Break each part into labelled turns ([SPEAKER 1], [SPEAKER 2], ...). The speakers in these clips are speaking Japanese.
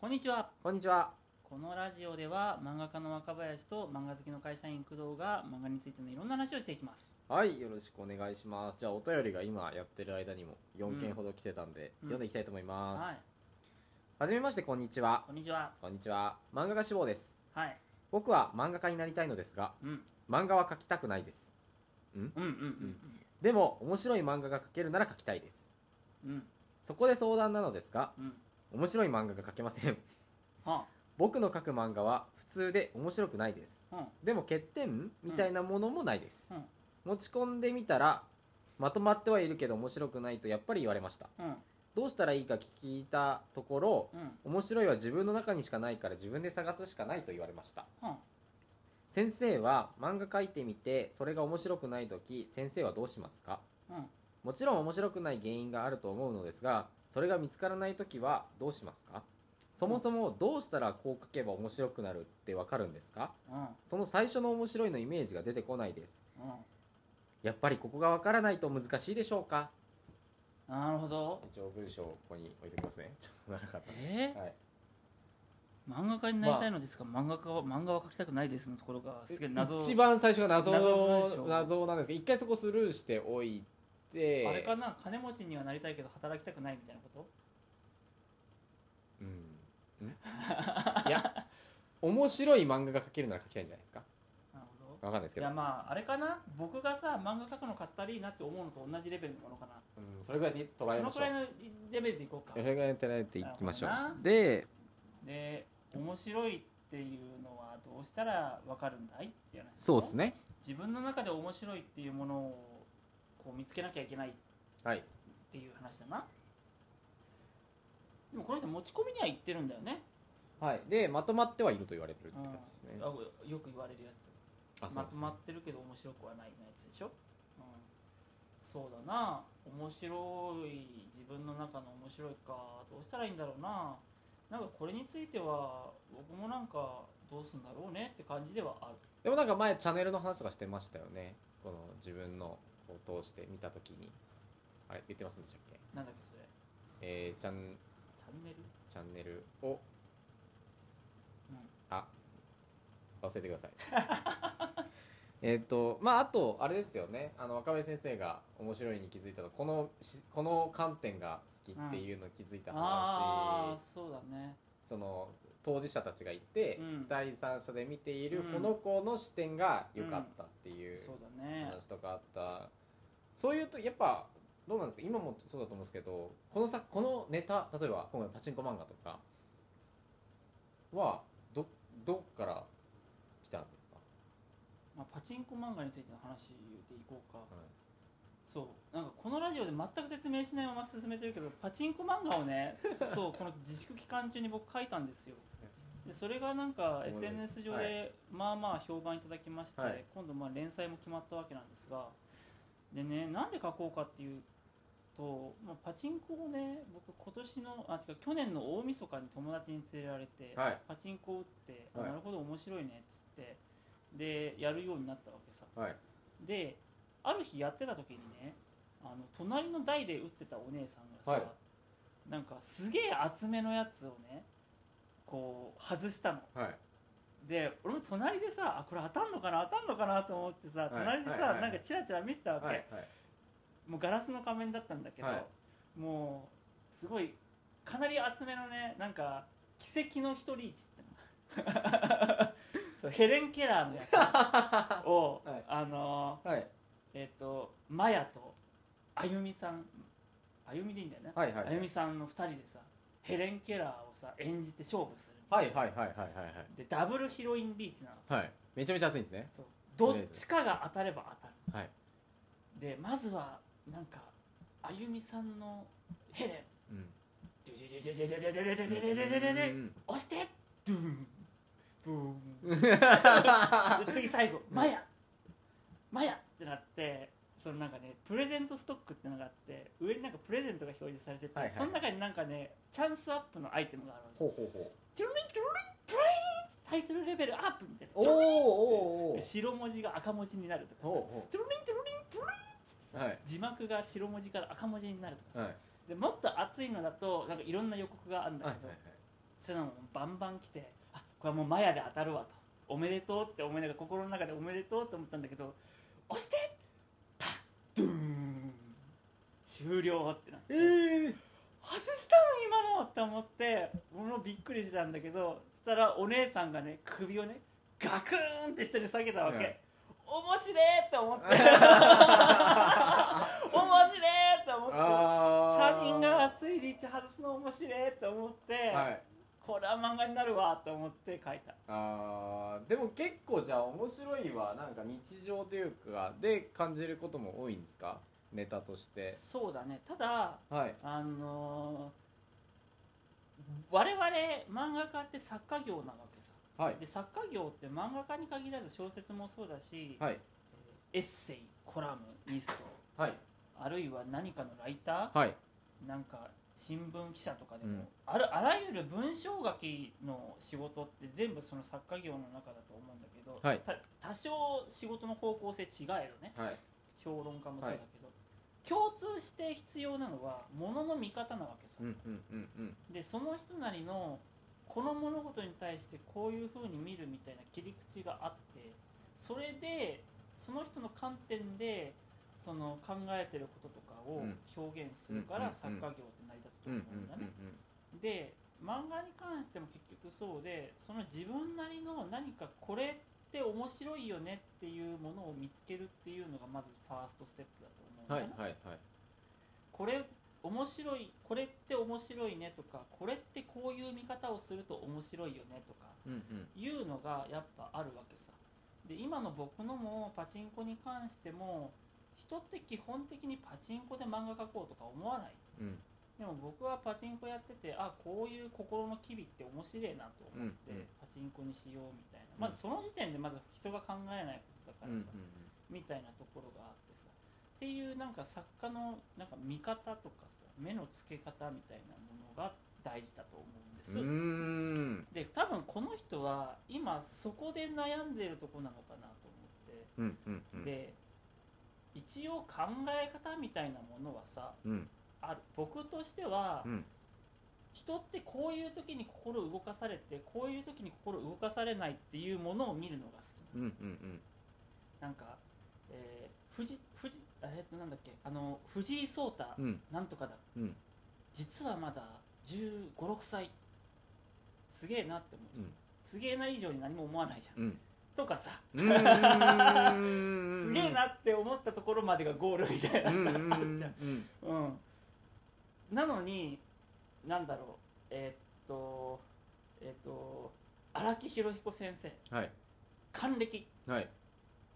[SPEAKER 1] こんにちは
[SPEAKER 2] こんにちは。
[SPEAKER 1] このラジオでは漫画家の若林と漫画好きの会社員工藤が漫画についてのいろんな話をしていきます
[SPEAKER 2] はい、よろしくお願いします。じゃあ、お便りが今やってる間にも4件ほど来てたんで、
[SPEAKER 1] うん
[SPEAKER 2] 読んでいきたいと思います。
[SPEAKER 1] はい
[SPEAKER 2] はじめまして、こんにちは。
[SPEAKER 1] こんにちは
[SPEAKER 2] こんにちは。漫画家志望です。
[SPEAKER 1] はい
[SPEAKER 2] 僕は漫画家になりたいのですが、
[SPEAKER 1] うん
[SPEAKER 2] 漫画は描きたくないです。
[SPEAKER 1] うんうん
[SPEAKER 2] でも、面白い漫画が描けるなら描きたいです。
[SPEAKER 1] うんうん
[SPEAKER 2] そこで相談なのですが、
[SPEAKER 1] うん
[SPEAKER 2] 面白い漫画が描けません。
[SPEAKER 1] は
[SPEAKER 2] 僕の描く漫画は普通で面白くないです。
[SPEAKER 1] あうん
[SPEAKER 2] でも欠点みたいなものもないです。
[SPEAKER 1] うん
[SPEAKER 2] 持ち込んでみたら、まとまってはいるけど面白くないとやっぱり言われました。
[SPEAKER 1] うん
[SPEAKER 2] どうしたらいいか聞いたところ
[SPEAKER 1] うん
[SPEAKER 2] 面白いは自分の中にしかないから自分で探すしかないと言われました
[SPEAKER 1] は
[SPEAKER 2] 先生は漫画描いてみてそれが面白くない時先生はどうしますか
[SPEAKER 1] あうん
[SPEAKER 2] もちろん面白くない原因があると思うのですがそれが見つからない時はどうしますかそもそもどうしたらこう書けば面白くなるってわかるんですか
[SPEAKER 1] うん
[SPEAKER 2] その最初の面白いのイメージが出てこないです
[SPEAKER 1] う
[SPEAKER 2] やっぱりここがわからないと難しいでしょうか
[SPEAKER 1] んなるほど
[SPEAKER 2] 一応文章をここに置いておきますねちょっと長かっ
[SPEAKER 1] え
[SPEAKER 2] はい
[SPEAKER 1] ー、漫画家になりたいのですか、漫画家は漫画は描きたくないですのところがすげえ謎
[SPEAKER 2] 一番最初が謎
[SPEAKER 1] 謎文章
[SPEAKER 2] 謎なんですけど一回そこスルーしておいて
[SPEAKER 1] あれかな金持ちにはなりたいけど働きたくないみたいなこと
[SPEAKER 2] うんんいや面白い漫画が描けるなら描きたいんじゃないですか
[SPEAKER 1] なるほど
[SPEAKER 2] わかんないですけ
[SPEAKER 1] い
[SPEAKER 2] ど
[SPEAKER 1] や、まああれかな僕がさ漫画描くの買ったりいいなって思うのと同じレベルのものかな
[SPEAKER 2] うんそれぐらいで捉
[SPEAKER 1] そ
[SPEAKER 2] え
[SPEAKER 1] の
[SPEAKER 2] まし
[SPEAKER 1] く
[SPEAKER 2] ょう
[SPEAKER 1] らいのレベルでいこうか
[SPEAKER 2] それぐらいで捉えていきましょう
[SPEAKER 1] なるほどな
[SPEAKER 2] で
[SPEAKER 1] で面白いっていうのはどうしたらわかるんだいって話
[SPEAKER 2] そうですね
[SPEAKER 1] 自分の中で面白いっていうものをこう見つけなきゃいけないっ
[SPEAKER 2] はい
[SPEAKER 1] ていう話だなでもこの人持ち込みには行ってるんだよね
[SPEAKER 2] はいでまとまってはいると言われてるって感じです
[SPEAKER 1] うん
[SPEAKER 2] ね
[SPEAKER 1] あよく言われるやつ
[SPEAKER 2] あそう
[SPEAKER 1] ま
[SPEAKER 2] で
[SPEAKER 1] と
[SPEAKER 2] す
[SPEAKER 1] まってるけど面白くはないのやつでしょ、うん、そうだな面白い自分の中の面白いかどうしたらいいんだろうななんかこれについては僕もなんかどうすんだろうねって感じではある
[SPEAKER 2] でもなんか前チャンネルの話とかしてましたよねこの自分のを通して見た時にあれ言ってますんでしたっけ
[SPEAKER 1] なんだっけそれ
[SPEAKER 2] えー、チャン
[SPEAKER 1] チャンネル、
[SPEAKER 2] チャンネルを
[SPEAKER 1] う
[SPEAKER 2] あ忘れてください えっとまああとあれですよねあの若林先生が面白いに気づいたのこのしこの観点が好きっていうのを気づいた
[SPEAKER 1] ん、
[SPEAKER 2] 話、
[SPEAKER 1] ああそうだね
[SPEAKER 2] その当事者たちがいて、
[SPEAKER 1] うん
[SPEAKER 2] 第三者で見ている
[SPEAKER 1] うん
[SPEAKER 2] この子の視点が良かったっていう
[SPEAKER 1] そうだね
[SPEAKER 2] 話とかあった、そういうとやっぱどうなんですか今もそうだと思うんですけどこのさこのネタ例えば今回パチンコ漫画とかはどどっから来たんですか、
[SPEAKER 1] まあ、パチンコ漫画についての話でいこうかそうなんかこのラジオで全く説明しないまま進めてるけどパチンコ漫画をね そうこの自粛期間中に僕書いたんですよでそれがなんか
[SPEAKER 2] おもろい
[SPEAKER 1] SNS 上
[SPEAKER 2] は
[SPEAKER 1] でまあまあ評判いただきまして、
[SPEAKER 2] はい
[SPEAKER 1] 今度まあ連載も決まったわけなんですがでねなんで書こうかっていうと、まあ、パチンコをね僕今年のあてか去年の大晦日に友達に連れられて、
[SPEAKER 2] はい
[SPEAKER 1] パチンコを打って、あ
[SPEAKER 2] はい
[SPEAKER 1] なるほど面白いねっつってでやるようになったわけさ
[SPEAKER 2] はい
[SPEAKER 1] である日やってた時にねあの隣の台で打ってたお姉さんがさ、
[SPEAKER 2] はい
[SPEAKER 1] なんかすげえ厚めのやつをねこう外したの
[SPEAKER 2] はい
[SPEAKER 1] で俺も隣でさあこれ当たんのかな当たんのかなと思ってさ
[SPEAKER 2] い
[SPEAKER 1] 隣でさ、
[SPEAKER 2] はいはい
[SPEAKER 1] なんかチラチラ見てたわけ、
[SPEAKER 2] はいはい
[SPEAKER 1] もうガラスの仮面だったんだけど、
[SPEAKER 2] はい
[SPEAKER 1] もうすごいかなり厚めのねなんか奇跡の一人リーチっての がそうヘレン・ケラーのやつを、
[SPEAKER 2] はい
[SPEAKER 1] あのー
[SPEAKER 2] はい
[SPEAKER 1] えっ、とマヤとあゆみさんあゆみでいいんだよね、
[SPEAKER 2] はいはい
[SPEAKER 1] あゆみさんの2人でさヘレン・ケラーをさ演じて勝負する
[SPEAKER 2] はいはいはいはいはいはい
[SPEAKER 1] でダブルヒロインリーチなの
[SPEAKER 2] はいめちゃめちゃ熱いんですね
[SPEAKER 1] そうどっちかが当たれば当た
[SPEAKER 2] はい
[SPEAKER 1] るでまずはなんかあゆみさんのヘレン
[SPEAKER 2] うん
[SPEAKER 1] ドゥドゥドゥドゥドゥドゥドゥドゥドゥドゥドゥドゥ
[SPEAKER 2] うん
[SPEAKER 1] 押してドゥンブーン
[SPEAKER 2] うん
[SPEAKER 1] で次最後「マヤマヤ!」ってなってそのなんかねプレゼントストックってのがあって上になんかプレゼントが表示されてて、
[SPEAKER 2] はいはい
[SPEAKER 1] その中になんかねチャンスアップのアイテムがあるの
[SPEAKER 2] ほうほうほう
[SPEAKER 1] トゥルリントゥルリントゥルリンタイトルレベルアップみたいな
[SPEAKER 2] おーおーお
[SPEAKER 1] で
[SPEAKER 2] ー
[SPEAKER 1] 白文字が赤文字になるとかさ
[SPEAKER 2] ほうほ
[SPEAKER 1] トゥルリントゥルリントゥルリンっつってさ、
[SPEAKER 2] はい
[SPEAKER 1] 字幕が白文字から赤文字になるとかさ、
[SPEAKER 2] うはい
[SPEAKER 1] でもっと熱いのだとなんかいろんな予告があるんだ
[SPEAKER 2] はいは
[SPEAKER 1] けど、
[SPEAKER 2] いはい
[SPEAKER 1] そういうのもバンバン来てあこれはもうマヤで当たるわとおめでとうって思いながら心の中でおめでとうって思ったんだけど押してパンドゥーン終了ってなって、
[SPEAKER 2] ええ
[SPEAKER 1] 外したの今のって思って俺もびっくりしたんだけどそしたらお姉さんがね首をねガクーンって下に下げたわけ、
[SPEAKER 2] うん
[SPEAKER 1] 面白えって 思って面白えって思って
[SPEAKER 2] あ
[SPEAKER 1] 他人が熱いリーチ外すの面白えって思って、
[SPEAKER 2] はい
[SPEAKER 1] これは漫画になるわって思って書いた
[SPEAKER 2] あーでも結構じゃあ面白いはなんか日常というかで感じることも多いんですかネタとして
[SPEAKER 1] そうだねただ
[SPEAKER 2] はい
[SPEAKER 1] あのー我々漫画家って作家業なわけさ
[SPEAKER 2] はい
[SPEAKER 1] で作家業って漫画家に限らず小説もそうだし、
[SPEAKER 2] はい
[SPEAKER 1] エッセイコラムニスト
[SPEAKER 2] はい
[SPEAKER 1] あるいは何かのライタ
[SPEAKER 2] はい
[SPEAKER 1] ーなんか新聞記者とかでも、
[SPEAKER 2] うん
[SPEAKER 1] あるあらゆる文章書きの仕事って全部その作家業の中だと思うんだけど、
[SPEAKER 2] はい
[SPEAKER 1] た多少仕事の方向性違えどね
[SPEAKER 2] はい
[SPEAKER 1] 評論家もそうだけど、共通して必要なのはものの見方なわけさ、
[SPEAKER 2] うんうんうんうん
[SPEAKER 1] でその人なりのこの物事に対してこういうふうに見るみたいな切り口があってそれでその人の観点でその考えてることとかを
[SPEAKER 2] うん
[SPEAKER 1] 表現するか
[SPEAKER 2] うんう
[SPEAKER 1] ら
[SPEAKER 2] ん
[SPEAKER 1] 作家業って成り立つと
[SPEAKER 2] うんう
[SPEAKER 1] 思
[SPEAKER 2] ん
[SPEAKER 1] うんだ
[SPEAKER 2] うんう
[SPEAKER 1] ね
[SPEAKER 2] ん。
[SPEAKER 1] で漫画に関しても結局そうでその自分なりの何かこれって面白いよねっていうものを見つけるっていうのがまずファーストステップだと思うんだ
[SPEAKER 2] はい
[SPEAKER 1] ね。
[SPEAKER 2] はいはい
[SPEAKER 1] これ面白いこれって面白いねとかこれってこういう見方をすると面白いよねとか
[SPEAKER 2] うんうん
[SPEAKER 1] いうのがやっぱあるわけさで今の僕のもパチンコに関しても人って基本的にパチンコで漫画描こうとか思わない
[SPEAKER 2] うん
[SPEAKER 1] でも僕はパチンコやっててあこういう心の機微って面白いなと思って、
[SPEAKER 2] うんうん
[SPEAKER 1] パチンコにしようみたいな、
[SPEAKER 2] うん
[SPEAKER 1] まずその時点でまず人が考えないことだからさ、
[SPEAKER 2] うんうん
[SPEAKER 1] みたいなところがあってさっていうなんか作家のなんか見方とかさ目の付け方みたいなものが大事だと思うんで
[SPEAKER 2] う
[SPEAKER 1] す、
[SPEAKER 2] ーん
[SPEAKER 1] で多分この人は今そこで悩んでるとこなのかなと思
[SPEAKER 2] うんうんう
[SPEAKER 1] って、
[SPEAKER 2] ん
[SPEAKER 1] で一応考え方みたいなものはさ
[SPEAKER 2] うん
[SPEAKER 1] ある僕としては、
[SPEAKER 2] うん
[SPEAKER 1] 人ってこういう時に心動かされてこういう時に心動かされないっていうものを見るのが好き
[SPEAKER 2] うんうん
[SPEAKER 1] なんか、えー、藤藤あえっとなんだっけあの藤井聡太、
[SPEAKER 2] うんうん
[SPEAKER 1] なんとかだ
[SPEAKER 2] うん
[SPEAKER 1] 実はまだ1 5 6歳すげえなって思う、
[SPEAKER 2] うん
[SPEAKER 1] すげえな以上に何も思わないじゃん、
[SPEAKER 2] うん
[SPEAKER 1] とかさ
[SPEAKER 2] うーん
[SPEAKER 1] すげえなって思ったところまでがゴールみたいな
[SPEAKER 2] う
[SPEAKER 1] さ、
[SPEAKER 2] んうんうん
[SPEAKER 1] あるじゃん
[SPEAKER 2] うん
[SPEAKER 1] うんなのになんだろうえーっとえーっと荒木博彦先生
[SPEAKER 2] はい
[SPEAKER 1] 還暦
[SPEAKER 2] はい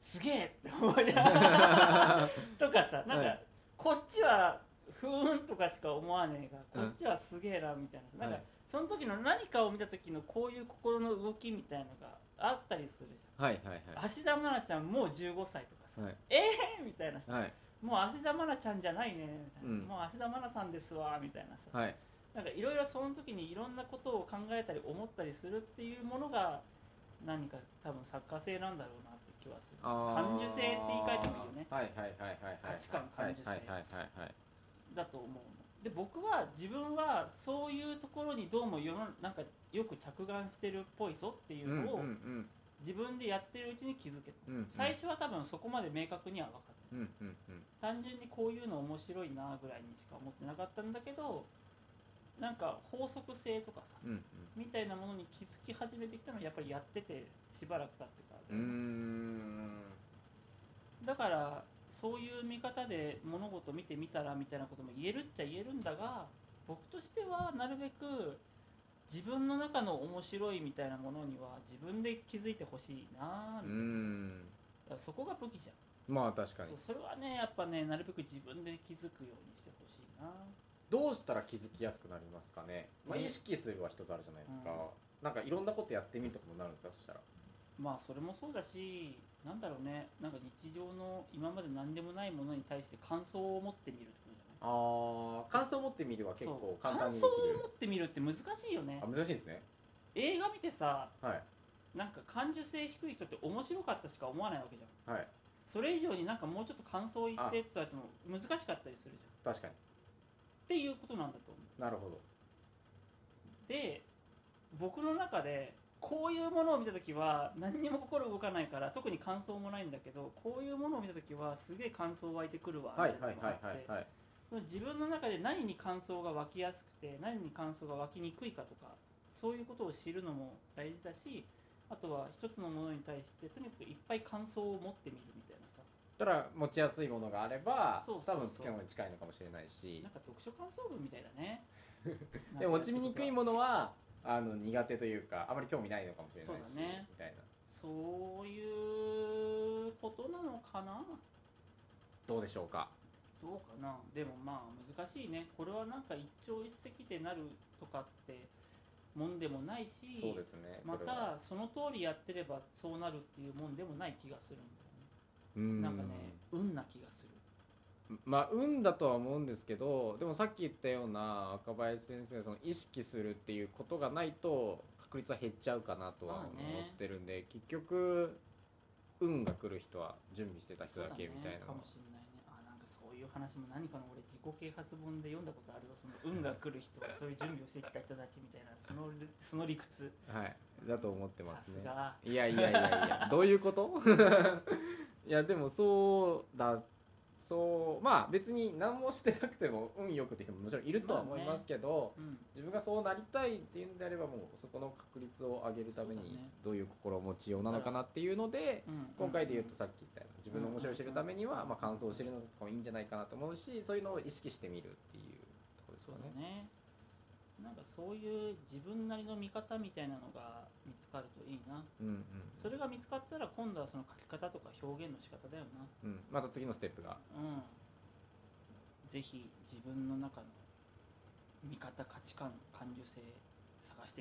[SPEAKER 1] すげえって思いなが ら
[SPEAKER 2] は
[SPEAKER 1] とかさなんか、
[SPEAKER 2] はい
[SPEAKER 1] こっちはふーんとかしか思わねえが
[SPEAKER 2] う
[SPEAKER 1] こ
[SPEAKER 2] ん
[SPEAKER 1] っちはすげえなみたいなさ、なん
[SPEAKER 2] い
[SPEAKER 1] かその時の何かを見た時のこういう心の動きみたいのがあったりするじ
[SPEAKER 2] はいはい
[SPEAKER 1] ゃん、芦田愛菜ちゃんもう15歳とかさ、
[SPEAKER 2] はい
[SPEAKER 1] ええー、みたいなさ、
[SPEAKER 2] はいはい
[SPEAKER 1] もう芦田愛菜ちゃんじゃないねみたいな、
[SPEAKER 2] うん
[SPEAKER 1] もう芦田愛菜さんですわみたいなさ、
[SPEAKER 2] はい
[SPEAKER 1] なんかいろいろその時にいろんなことを考えたり思ったりするっていうものが何か多分作家性なんだろうなって気はする
[SPEAKER 2] あー
[SPEAKER 1] 感受性って言い換えてもいいよね
[SPEAKER 2] はいはいはいはいはい
[SPEAKER 1] 価値観感受性
[SPEAKER 2] はいはいはいはい
[SPEAKER 1] だと思うので僕は自分はそういうところにどうも世のなんかよく着眼してるっぽいぞっていう
[SPEAKER 2] うんうん
[SPEAKER 1] のを
[SPEAKER 2] うん
[SPEAKER 1] 自分でやってるうちに気づけた、
[SPEAKER 2] うんうん
[SPEAKER 1] 最初は多分そこまで明確には分かってない
[SPEAKER 2] うんうんうん
[SPEAKER 1] 単純にこういうの面白いなぐらいにしか思ってなかったんだけどなんか法則性とかさ
[SPEAKER 2] うんうん
[SPEAKER 1] みたいなものに気づき始めてきたのはやっぱりやっててしばらく経ってから
[SPEAKER 2] う
[SPEAKER 1] だ
[SPEAKER 2] ー
[SPEAKER 1] よね
[SPEAKER 2] ん
[SPEAKER 1] だからそういう見方で物事見てみたらみたいなことも言えるっちゃ言えるんだが僕としてはなるべく自分の中の面白いみたいなものには自分で気づいてほしいなぁ
[SPEAKER 2] うー
[SPEAKER 1] みたいなんだからそこが武器じゃん
[SPEAKER 2] まあ確かに
[SPEAKER 1] そうそれはねやっぱねなるべく自分で気づくようにしてほしいな
[SPEAKER 2] どうしたら気づきやすくなりますかね、まあ、
[SPEAKER 1] ね
[SPEAKER 2] 意識すれば一つあるじゃないですか、
[SPEAKER 1] うん
[SPEAKER 2] なんかいろんなことやってみるとかもなるんですかそしたら
[SPEAKER 1] まあそれもそうだしなんだろうねなんか日常の今まで何でもないものに対して感想を持ってみるってことじゃない
[SPEAKER 2] あー感想を持ってみるは結
[SPEAKER 1] そ
[SPEAKER 2] 構
[SPEAKER 1] う
[SPEAKER 2] 簡単
[SPEAKER 1] 感
[SPEAKER 2] にでき
[SPEAKER 1] 想
[SPEAKER 2] る
[SPEAKER 1] を持ってみるって難しいよね
[SPEAKER 2] あ難しいんですね
[SPEAKER 1] 映画見てさ
[SPEAKER 2] はい
[SPEAKER 1] なんか感受性低い人って面白かったしか思わないわけじゃん
[SPEAKER 2] はい
[SPEAKER 1] それ以上になんかもうちょっと感想言ってって言われても難しかったりするじゃんっ
[SPEAKER 2] 確かに
[SPEAKER 1] ていうことなんだと思
[SPEAKER 2] なるほど
[SPEAKER 1] うで僕の中でこういうものを見た時は何にも心動かないから特に感想もないんだけどこういうものを見た時はすげえ感想湧いてくるわみ
[SPEAKER 2] は
[SPEAKER 1] た
[SPEAKER 2] い
[SPEAKER 1] いな
[SPEAKER 2] は
[SPEAKER 1] の
[SPEAKER 2] い
[SPEAKER 1] があ
[SPEAKER 2] は
[SPEAKER 1] っ
[SPEAKER 2] い
[SPEAKER 1] て
[SPEAKER 2] はいはい
[SPEAKER 1] その自分の中で何に感想が湧きやすくて何に感想が湧きにくいかとかそういうことを知るのも大事だしあとは一つのものに対してとにかくいっぱい感想を持ってみるみたいなさ
[SPEAKER 2] ただ持ちやすいものがあれば
[SPEAKER 1] そうそうそう
[SPEAKER 2] 多分付き合うのに近いのかもしれないし
[SPEAKER 1] なんか読書感想文みたいだね
[SPEAKER 2] でも落ち見にくい
[SPEAKER 1] んかやってることは
[SPEAKER 2] ものはあの苦手というかあまり興味ないのかもしれない
[SPEAKER 1] そう
[SPEAKER 2] し、
[SPEAKER 1] だね
[SPEAKER 2] みたいな
[SPEAKER 1] そういうことなのかな
[SPEAKER 2] どうでしょうか
[SPEAKER 1] どうかなでもまあ難しいねこれはなんか一朝一夕でなるとかってもんでもないし
[SPEAKER 2] そうですね
[SPEAKER 1] ま
[SPEAKER 2] それは
[SPEAKER 1] たその通りやってればそうなるっていうもんでもない気がするんだ
[SPEAKER 2] う
[SPEAKER 1] よね
[SPEAKER 2] ん
[SPEAKER 1] なんかね運な気がする
[SPEAKER 2] まあ運だとは思うんですけどでもさっき言ったような赤林先生その意識するっていうことがないと確率は減っちゃうかなとは思
[SPEAKER 1] まあね
[SPEAKER 2] ってるんで、結局運が来る人は準備してた人
[SPEAKER 1] そう
[SPEAKER 2] だ
[SPEAKER 1] だ
[SPEAKER 2] け
[SPEAKER 1] ね
[SPEAKER 2] みたいな
[SPEAKER 1] かもしんないねあなんかそういう話も何かの俺自己啓発本で読んだことあるぞその運が来る人 はそういう準備をしてきた人たちみたいなそのその理屈
[SPEAKER 2] はいだと思ってま
[SPEAKER 1] さ
[SPEAKER 2] す
[SPEAKER 1] す
[SPEAKER 2] ね
[SPEAKER 1] が
[SPEAKER 2] いやいやいやいやどういうこと いやでもそうだそうまあ別に何もしてなくても運よくって人ももちろんいるとは思いますけど、
[SPEAKER 1] うん
[SPEAKER 2] 自分がそうなりたいっていうんであればもうそこの確率を上げるため
[SPEAKER 1] そうだ
[SPEAKER 2] に
[SPEAKER 1] ね
[SPEAKER 2] どういう心持ちようなのかなっていうので
[SPEAKER 1] うん
[SPEAKER 2] 今回で言うとさっき言ったような自分の面白いを知るためにはまあ感想を知るのもいいんじゃないかなと思うしそういうのを意識してみるっていうところです
[SPEAKER 1] そ
[SPEAKER 2] よ
[SPEAKER 1] うだ
[SPEAKER 2] ね。
[SPEAKER 1] ねなんかそういう自分なりの見方みたいなのが見つかるといいな
[SPEAKER 2] うんうん
[SPEAKER 1] それが見つかったら今度はその書き方とか表現の仕方だよな
[SPEAKER 2] うん、また次のステップが
[SPEAKER 1] うんぜひ自分の中の見方価値観感受性探して